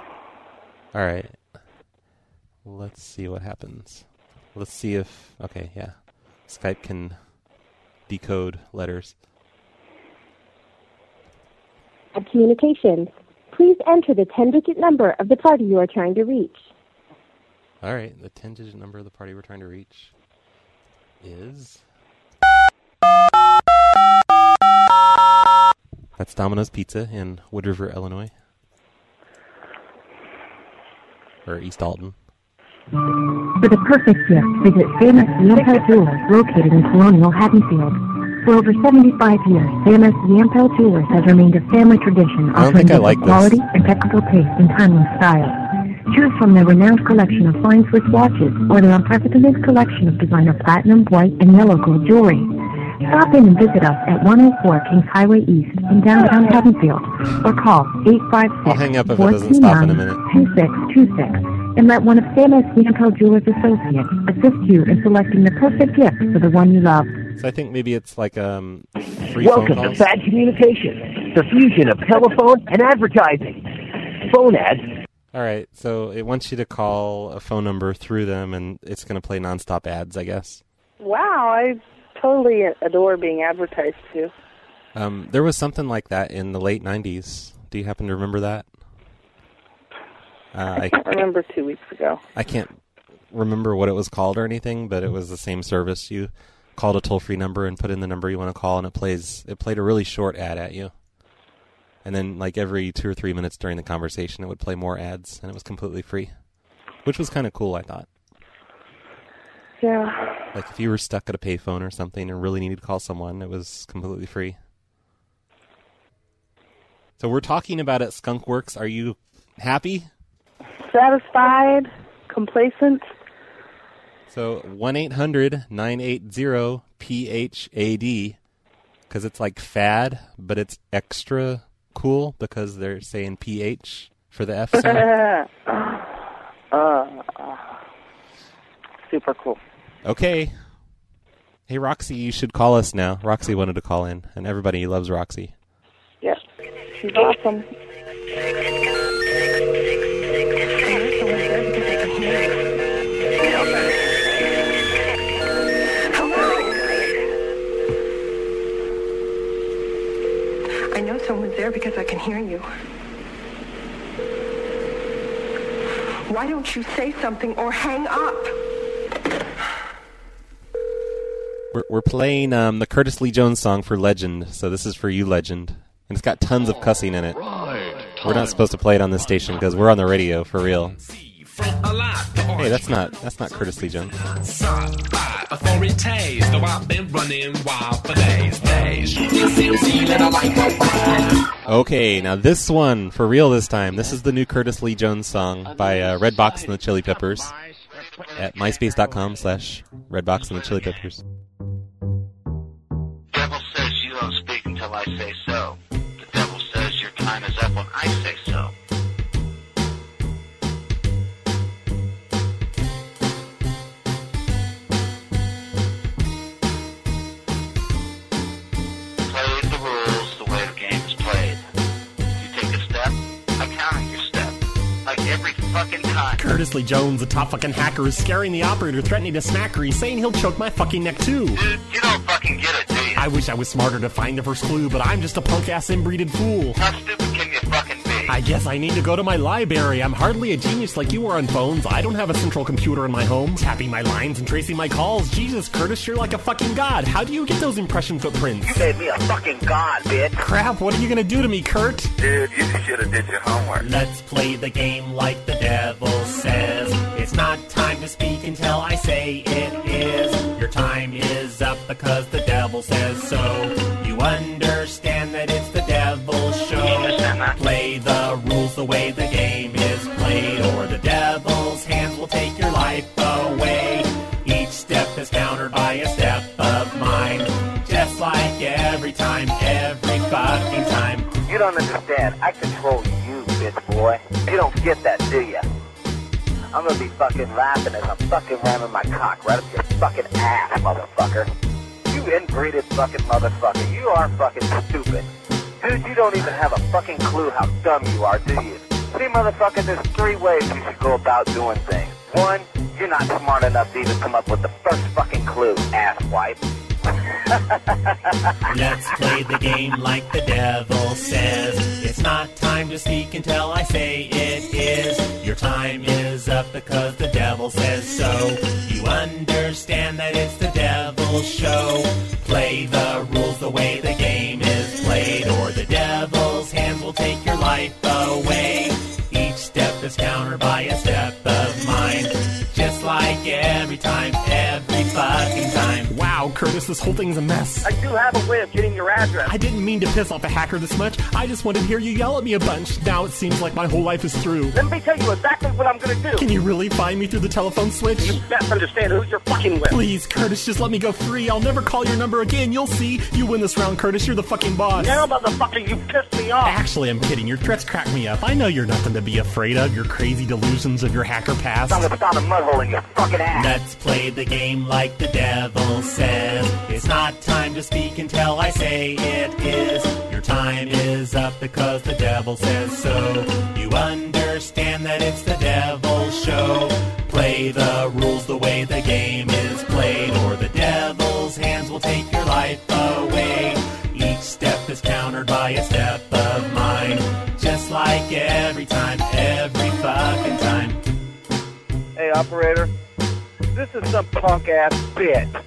Speaker 5: All right. Let's see what happens. Let's see if okay, yeah. Skype can decode letters.
Speaker 10: At communications, please enter the 10-digit number of the party you are trying to reach.
Speaker 5: All right, the 10 digit number of the party we're trying to reach is. That's Domino's Pizza in Wood River, Illinois. Or East Dalton.
Speaker 6: For the perfect gift, visit famous Yampo Jewelers located in Colonial Haddonfield. For over 75 years, famous Yampo Jewelers has remained a family tradition
Speaker 5: I don't
Speaker 6: offering
Speaker 5: think I
Speaker 6: both
Speaker 5: like this.
Speaker 6: quality, impeccable taste, and timeless style. Choose from their renowned collection of fine Swiss watches or their unprecedented collection of designer platinum, white, and yellow gold jewelry. Stop in and visit us at 104 Kings Highway East in downtown Haddonfield or call 856
Speaker 5: I'll hang up if it doesn't stop in a minute.
Speaker 6: 2626 and let one of Famous Yampo Jewelers Associates assist you in selecting the perfect gift for the one you love.
Speaker 5: So I think maybe it's like um, free
Speaker 15: Welcome
Speaker 5: phone
Speaker 15: to
Speaker 5: calls.
Speaker 15: Fad Communications, the fusion of telephone and advertising. Phone ads.
Speaker 5: All right, so it wants you to call a phone number through them, and it's going to play nonstop ads, I guess.
Speaker 16: Wow, I totally adore being advertised to.
Speaker 5: Um, there was something like that in the late '90s. Do you happen to remember that? Uh, I,
Speaker 16: I remember two weeks ago.
Speaker 5: I can't remember what it was called or anything, but it was the same service. You called a toll free number and put in the number you want to call, and it plays. It played a really short ad at you, and then like every two or three minutes during the conversation, it would play more ads, and it was completely free, which was kind of cool. I thought,
Speaker 16: Yeah.
Speaker 5: like if you were stuck at a payphone or something and really needed to call someone, it was completely free. So we're talking about at Skunk Works. Are you happy?
Speaker 16: Satisfied, complacent.
Speaker 5: So 1 800 980 PHAD because it's like fad, but it's extra cool because they're saying PH for the F sound.
Speaker 16: Uh, super cool.
Speaker 5: okay. Hey, Roxy, you should call us now. Roxy wanted to call in, and everybody loves Roxy.
Speaker 16: Yes. She's awesome.
Speaker 17: I know someone's there because I can hear you. Why don't you say something or hang up?
Speaker 5: We're, we're playing um, the Curtis Lee Jones song for Legend, so this is for you, Legend. And it's got tons of cussing in it. We're not supposed to play it on this station because we're on the radio for real. Hey, that's not that's not Curtis Lee Jones.
Speaker 18: Side by authorities, though I've been running wild for days, days. You can see I'm feeling I like a ride.
Speaker 5: Okay, now this one for real this time. This is the new Curtis Lee Jones song by uh, Redbox and the Chili Peppers at myspace.com slash Redbox and the Chili Peppers.
Speaker 4: devil says you don't speak until I say so. The devil says your time is up when I say so. Play the rules the way the game is played. You take a step, I count on your step. Like every fucking time.
Speaker 19: Curtis Lee Jones, a top fucking hacker, is scaring the operator, threatening to smack her. He's saying he'll choke my fucking neck too.
Speaker 4: You don't fucking get it, do you?
Speaker 19: I wish I was smarter to find the first clue, but I'm just a punk ass inbreeded fool.
Speaker 4: How stupid can you fucking be?
Speaker 19: I guess I need to go to my library. I'm hardly a genius like you are on phones. I don't have a central computer in my home. Tapping my lines and tracing my calls. Jesus, Curtis, you're like a fucking god. How do you get those impression footprints?
Speaker 4: You gave me a fucking god, bitch.
Speaker 19: Crap, what are you gonna do to me, Kurt?
Speaker 4: Dude, you should have did your homework.
Speaker 19: Let's play the game like the devil says. It's not time to speak until I say it is. Your time is up because the devil says so. You understand that it's the devil's show. Play the rules the way the game is played, or the devil's hands will take your life away. Each step is countered by a step of mine. Just like every time, every fucking time.
Speaker 4: You don't understand. I control Oh, you, bitch boy. You don't get that, do you? I'm gonna be fucking laughing as I'm fucking ramming my cock right up your fucking ass, motherfucker. You inbreeded fucking motherfucker. You are fucking stupid. Dude, you don't even have a fucking clue how dumb you are, do you? See, motherfucker, there's three ways you should go about doing things. One, you're not smart enough to even come up with the first fucking clue, asswipe.
Speaker 19: Let's play the game like the devil says. It's not time to speak until I say it is. Your time is up because the devil says so. You understand that it's the devil's show. Play the rules the way the game is played, or the devil's hands will take your life away. Each step is countered by a step of mine. Just like every time, every fucking time.
Speaker 8: Wow, Curtis, this whole thing's a mess.
Speaker 4: I do have a way of getting your address.
Speaker 8: I didn't mean to piss off a hacker this much. I just wanted to hear you yell at me a bunch. Now it seems like my whole life is through.
Speaker 4: Let me tell you exactly what I'm gonna do.
Speaker 8: Can you really find me through the telephone switch?
Speaker 4: You best understand who you're fucking with.
Speaker 8: Please, Curtis, just let me go free. I'll never call your number again. You'll see. You win this round, Curtis. You're the fucking boss.
Speaker 4: Now, motherfucker, you pissed me off.
Speaker 8: Actually, I'm kidding. Your threats crack me up. I know you're nothing to be afraid of. Your crazy delusions of your hacker past.
Speaker 4: I'm gonna stop a mud hole in your fucking ass.
Speaker 19: Let's play the game like the devil says. It's not time to speak until I say it is. Your time is up because the devil says so. You understand that it's the devil's show. Play the rules the way the game is played, or the devil's hands will take your life away. Each step is countered by a step of mine. Just like every time, every fucking time.
Speaker 4: Hey, operator. This is some punk ass bitch.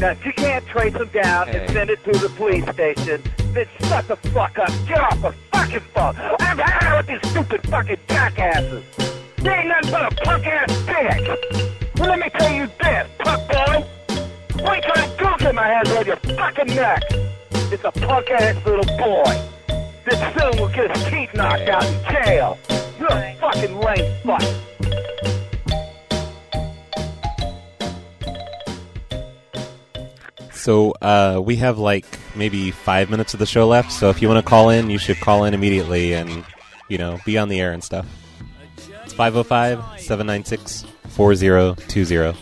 Speaker 4: Now, if you can't trace him down and send it to the police station, then shut the fuck up. Get off the fucking phone. I'm tired with these stupid fucking jackasses. You ain't nothing but a punk ass bitch. Well, let me tell you this, punk boy. Wait till I goose in my hands around your fucking neck. It's a punk ass little boy. This soon will get his teeth knocked out in jail. You're a fucking lame fuck.
Speaker 5: So uh, we have like maybe five minutes of the show left. So if you want to call in, you should call in immediately and you know be on the air and stuff. It's 505 796 4020.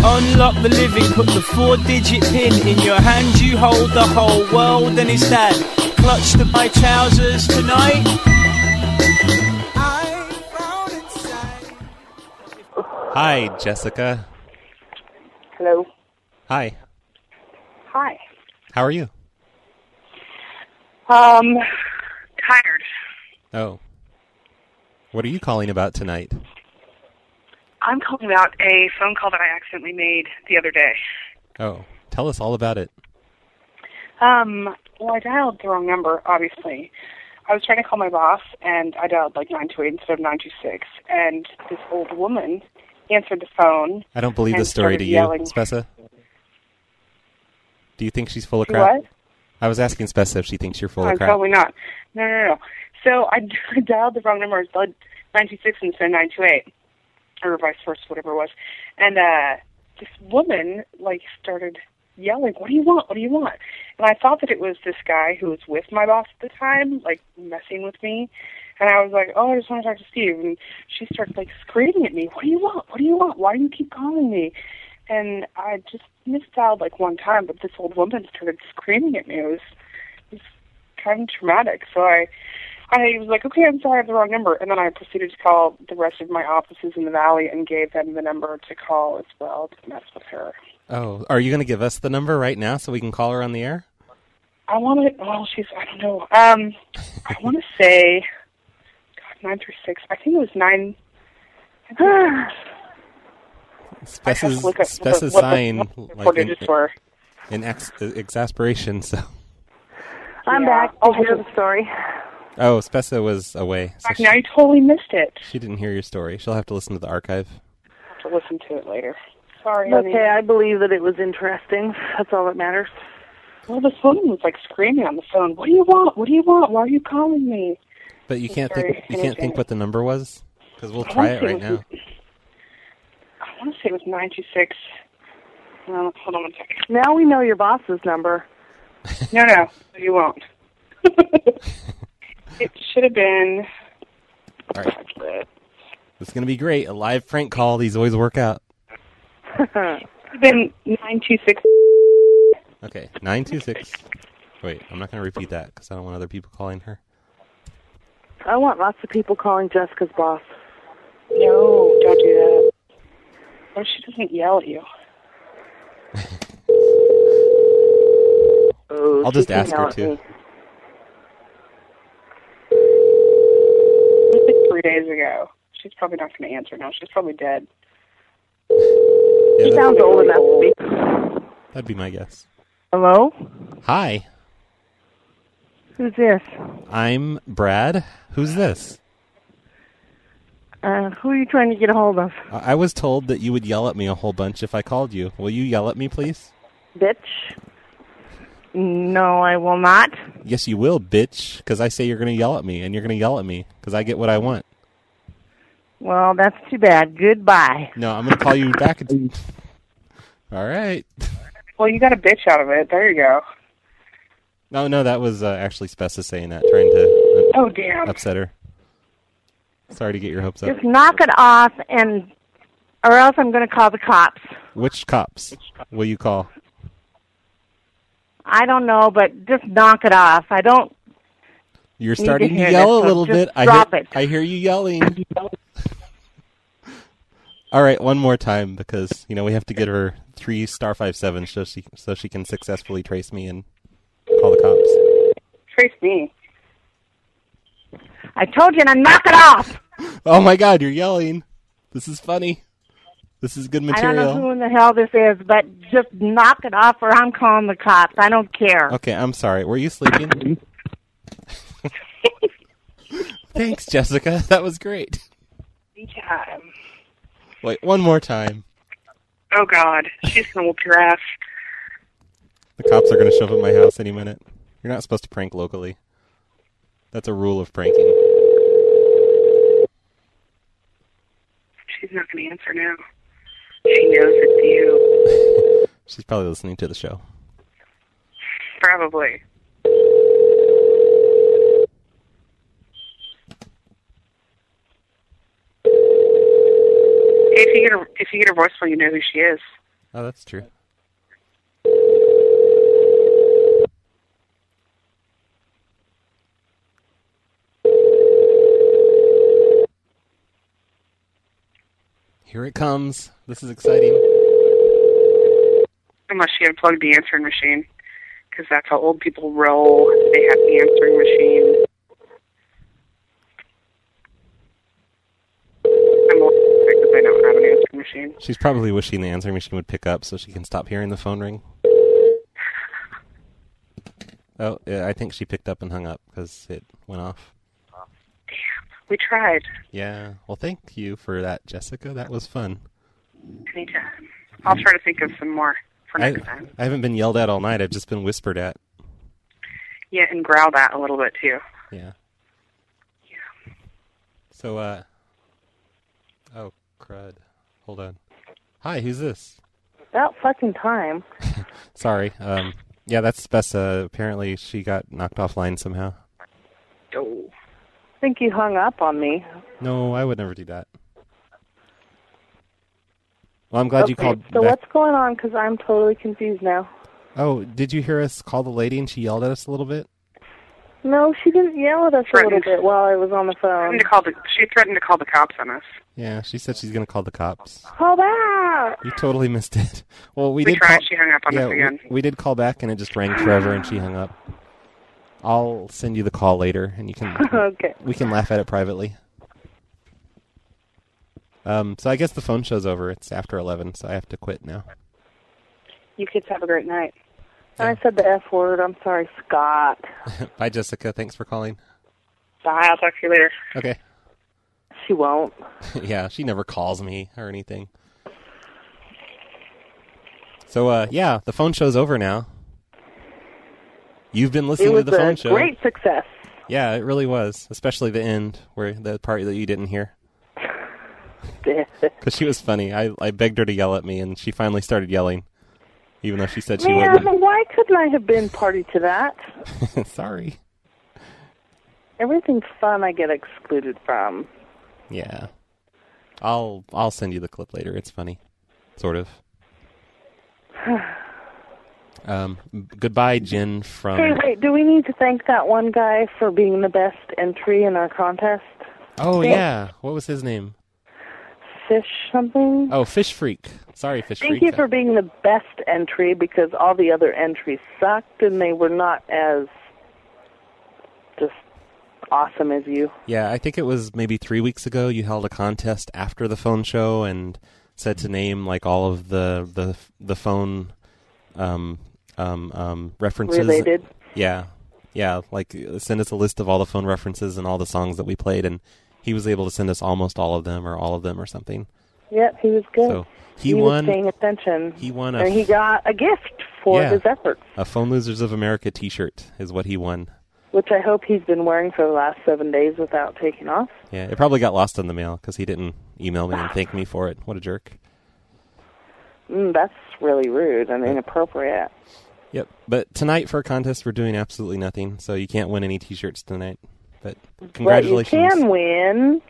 Speaker 20: Unlock the living, put the four digit pin in your hand. You hold the whole world and it's that. Clutch to my trousers tonight.
Speaker 5: Hi, Jessica.
Speaker 21: Hello.
Speaker 5: Hi.
Speaker 21: Hi.
Speaker 5: How are you?
Speaker 21: Um, tired.
Speaker 5: Oh. What are you calling about tonight?
Speaker 21: I'm calling about a phone call that I accidentally made the other day.
Speaker 5: Oh, tell us all about it.
Speaker 21: Um, well, I dialed the wrong number, obviously. I was trying to call my boss, and I dialed like 928 instead of 926. And this old woman answered the phone.
Speaker 5: I don't believe the
Speaker 21: and
Speaker 5: story
Speaker 21: started
Speaker 5: to
Speaker 21: yelling.
Speaker 5: you, Spessa. Do you think she's full of
Speaker 21: Do
Speaker 5: crap?
Speaker 21: what?
Speaker 5: I was asking Spessa if she thinks you're full
Speaker 21: I'm
Speaker 5: of crap.
Speaker 21: Uh, probably not. No, no, no. So I, I dialed the wrong number. I dialed 926 instead of 928, or vice versa, whatever it was. And uh, this woman like started yelling, "What do you want? What do you want?" And I thought that it was this guy who was with my boss at the time, like messing with me. And I was like, "Oh, I just want to talk to Steve." And she started like screaming at me, "What do you want? What do you want? Why do you keep calling me?" And I just misdialed like one time, but this old woman started screaming at me. It was kind of traumatic. So I, I was like, okay, I'm sorry, I have the wrong number, and then I proceeded to call the rest of my offices in the valley and gave them the number to call as well to mess with her.
Speaker 5: Oh, are you going to give us the number right now so we can call her on the air?
Speaker 21: I want to. Well, she's. I don't know. Um, I want to say, God, nine three six. I think it was nine. I think it
Speaker 5: Spessa's,
Speaker 21: look up what the-
Speaker 5: Spessa's
Speaker 21: what the-
Speaker 5: sign
Speaker 21: what the
Speaker 5: like in,
Speaker 21: footage is for.
Speaker 5: in ex- exasperation. So,
Speaker 21: I'm back. Oh, hear the story.
Speaker 5: oh, Spessa was away. So she,
Speaker 21: Now you totally missed it.
Speaker 5: she didn't hear your story. She'll have to listen to the archive.
Speaker 21: I have to listen to it later. Sorry.
Speaker 6: Okay,
Speaker 21: honey.
Speaker 6: I believe that it was interesting. That's all that matters.
Speaker 21: Well, this woman was like screaming on the phone. What do you want? What do you want? Why are you calling me?
Speaker 5: But you can't
Speaker 21: Sorry,
Speaker 5: think you can't think
Speaker 21: anything.
Speaker 5: what the number was because we'll
Speaker 21: I
Speaker 5: try
Speaker 21: wanna
Speaker 5: it
Speaker 21: see
Speaker 5: right
Speaker 21: what
Speaker 5: now.
Speaker 21: I want to say it was 926. Um, hold on one second.
Speaker 6: Now we know your boss's number.
Speaker 21: No, no, you won't. it should have been.
Speaker 5: All right. It's going to be great. A live prank call. These always work out.
Speaker 21: Then nine two six.
Speaker 5: Okay, 926. Wait, I'm not going to repeat that because I don't want other people calling her.
Speaker 6: I want lots of people calling Jessica's boss.
Speaker 21: No, don't do that. Or she doesn't yell at you.
Speaker 6: Oh,
Speaker 5: I'll
Speaker 6: she
Speaker 5: just
Speaker 6: can
Speaker 5: ask
Speaker 6: yell
Speaker 5: her
Speaker 6: at
Speaker 5: to.
Speaker 6: me.
Speaker 21: It was like three days ago. She's probably not going to answer now. She's probably dead.
Speaker 5: Yeah,
Speaker 6: sounds
Speaker 5: that'd,
Speaker 6: old enough to be.
Speaker 5: that'd be my guess.
Speaker 6: Hello?
Speaker 5: Hi,
Speaker 6: Who's this?
Speaker 5: I'm Brad. Who's this?
Speaker 6: Uh, who are you trying to get a hold of?
Speaker 5: I I was told that you would yell at me a whole bunch if I called you. Will you yell at me, please?
Speaker 6: Bitch. No, I will not.
Speaker 5: Yes, you will, bitch, because I say you're going to yell at me, and you're going to yell at me because I get what I want.
Speaker 6: Well, that's too bad. Goodbye.
Speaker 5: No, I'm going to call you back. and- All right.
Speaker 21: Well, you got a bitch out of it. There you go.
Speaker 5: No, no, that was uh, actually Spessa saying that, trying to uh,
Speaker 21: Oh, damn.
Speaker 5: upset her. Sorry to get your hopes up.
Speaker 6: Just knock it off, and or else I'm going to call the cops.
Speaker 5: Which cops will you call?
Speaker 6: I don't know, but just knock it off. I don't.
Speaker 5: You're
Speaker 6: Need to
Speaker 5: starting to,
Speaker 6: hear
Speaker 5: yell
Speaker 6: this,
Speaker 5: a
Speaker 6: so
Speaker 5: little
Speaker 6: just
Speaker 5: bit.
Speaker 6: drop
Speaker 5: I hear,
Speaker 6: it.
Speaker 5: I hear you yelling. All right, one more time because you know we have to get her three star five seven so she so she can successfully trace me and call the cops.
Speaker 21: Trace me.
Speaker 6: I told you to knock it off.
Speaker 5: Oh my God, you're yelling! This is funny. This is good
Speaker 6: I don't
Speaker 5: material.
Speaker 6: know who in the hell this is, but just knock it off, or I'm calling the cops. I don't care.
Speaker 5: Okay, I'm sorry. Were you sleeping? Thanks, Jessica. That was great.
Speaker 21: Yeah.
Speaker 5: Wait, one more time.
Speaker 21: Oh, God. She's going to whoop your ass.
Speaker 5: The cops are going to show up at my house any minute. You're not supposed to prank locally. That's a rule of pranking.
Speaker 21: She's not going to answer now. She knows it's you.
Speaker 5: She's probably listening to the show.
Speaker 21: Probably. If you get a if you get her voicemail, you know who she is.
Speaker 5: Oh, that's true. Here it comes. This is exciting.
Speaker 21: Unless she unplugged the answering machine, because that's how old people roll. They have the answering machine. I'm old because I don't have an answering machine.
Speaker 5: She's probably wishing the answering machine would pick up so she can stop hearing the phone ring. Oh, yeah, I think she picked up and hung up because it went off.
Speaker 21: We tried
Speaker 5: Yeah. Well, thank you for that, Jessica. That was fun.
Speaker 21: anytime. I'll try to think of some more for
Speaker 5: I,
Speaker 21: next time.
Speaker 5: I haven't been yelled at all night. I've just been whispered at.
Speaker 21: Yeah, and growl that a little bit too.
Speaker 5: Yeah. So, uh. Oh, crud. Hold on. Hi, who's this?
Speaker 6: About fucking time.
Speaker 5: Sorry. Um, yeah, that's Bessa. Apparently, she got knocked offline somehow.
Speaker 21: Oh.
Speaker 6: I think you hung up on me.
Speaker 5: No, I would never do that. Well, I'm glad you
Speaker 6: Okay,
Speaker 5: called
Speaker 6: So
Speaker 5: back.
Speaker 6: what's going on? Because I'm totally confused now.
Speaker 5: Oh, did you hear us call the lady and she yelled at us a little bit?
Speaker 6: No, she didn't yell at us a little
Speaker 21: Threatened.
Speaker 6: bit while I was on the phone.
Speaker 21: Threatened to call the, she threatened to call the cops on us.
Speaker 5: Yeah, she said she's going to call the cops.
Speaker 6: Call back.
Speaker 5: You totally missed it. Well, we,
Speaker 21: We
Speaker 5: did.
Speaker 21: tried,
Speaker 5: Call,
Speaker 21: she hung up on
Speaker 5: yeah,
Speaker 21: us again.
Speaker 5: We, we did call back, and it just rang forever, and she hung up. I'll send you the call later, and you can.
Speaker 6: Okay.
Speaker 5: We can laugh at it privately. Um. So I guess the phone show's over. It's after eleven, so I have to quit now.
Speaker 21: You kids have a great night.
Speaker 6: I said the F word. I'm sorry, Scott.
Speaker 5: Bye, Jessica. Thanks for calling.
Speaker 21: Bye. I'll talk to you later.
Speaker 5: Okay.
Speaker 6: She won't.
Speaker 5: yeah, she never calls me or anything. So uh, yeah, the phone show's over now. You've been listening
Speaker 6: it was
Speaker 5: to the phone
Speaker 6: a
Speaker 5: show.
Speaker 6: great success.
Speaker 5: Yeah, it really was, especially the end where the part that you didn't hear. Because she was funny. I, I begged her to yell at me, and she finally started yelling, even though she said she
Speaker 6: Man,
Speaker 5: wouldn't.
Speaker 6: why couldn't I have been party to that?
Speaker 5: Sorry.
Speaker 6: Everything's fun I get excluded from.
Speaker 5: Yeah. I'll I'll send you the clip later. It's funny, sort of. Um, goodbye, Jen from.
Speaker 6: hey, wait, do we need to thank that one guy for being the best entry in our contest?
Speaker 5: Oh
Speaker 6: Fish?
Speaker 5: yeah, what was his name?
Speaker 6: Fish something?
Speaker 5: Oh, Fish Freak. Sorry, Fish
Speaker 6: Thank
Speaker 5: Freak.
Speaker 6: you for being the best entry because all the other entries sucked and they were not as just awesome as you.
Speaker 5: Yeah, I think it was maybe three weeks ago. You held a contest after the phone show and said to name like all of the the the phone um, um, um, references.
Speaker 6: Related.
Speaker 5: Yeah, yeah. Like uh, send us a list of all the phone references and all the songs that we played, and he was able to send us almost all of them or all of them or something.
Speaker 6: Yep, he was good.
Speaker 5: So he
Speaker 6: was
Speaker 5: won
Speaker 6: paying attention.
Speaker 5: he won a
Speaker 6: and he
Speaker 5: f-
Speaker 6: got a gift for
Speaker 5: Yeah.
Speaker 6: his efforts,
Speaker 5: a Phone Losers of America T-shirt is what he won.
Speaker 6: which I hope he's been wearing for the last seven days without taking off.
Speaker 5: Yeah, it probably got lost in the mail because he didn't email me and thank me for it. What a jerk.
Speaker 6: Mm, that's really rude and inappropriate.
Speaker 5: Yep. But tonight for a contest, we're doing absolutely nothing, so you can't win any T-shirts tonight. But congratulations.
Speaker 6: But you can win.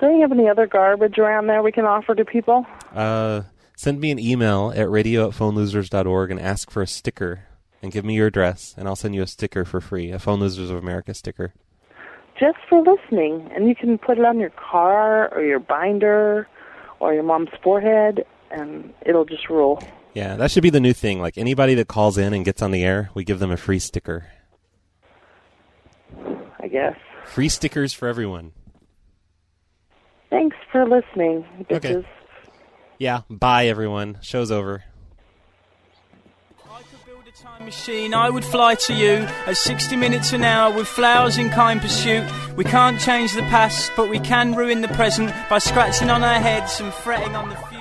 Speaker 6: Do you have any other garbage around there we can offer to people?
Speaker 5: Uh, send me an email at radio at phonelosers.org and ask for a sticker and give me your address, and I'll send you a sticker for free, a Phone Losers of America sticker.
Speaker 6: Just for listening. And you can put it on your car or your binder or your mom's forehead, and it'll just rule.
Speaker 5: Yeah, that should be the new thing. Like anybody that calls in and gets on the air, we give them a free sticker.
Speaker 6: I guess.
Speaker 5: Free stickers for everyone.
Speaker 6: Thanks for listening, bitches.
Speaker 5: Yeah. Bye, everyone. Show's over.
Speaker 20: machine, I would fly to you at 60 minutes an hour with flowers in kind pursuit. We can't change the past, but we can ruin the present by scratching on our heads and fretting on the future.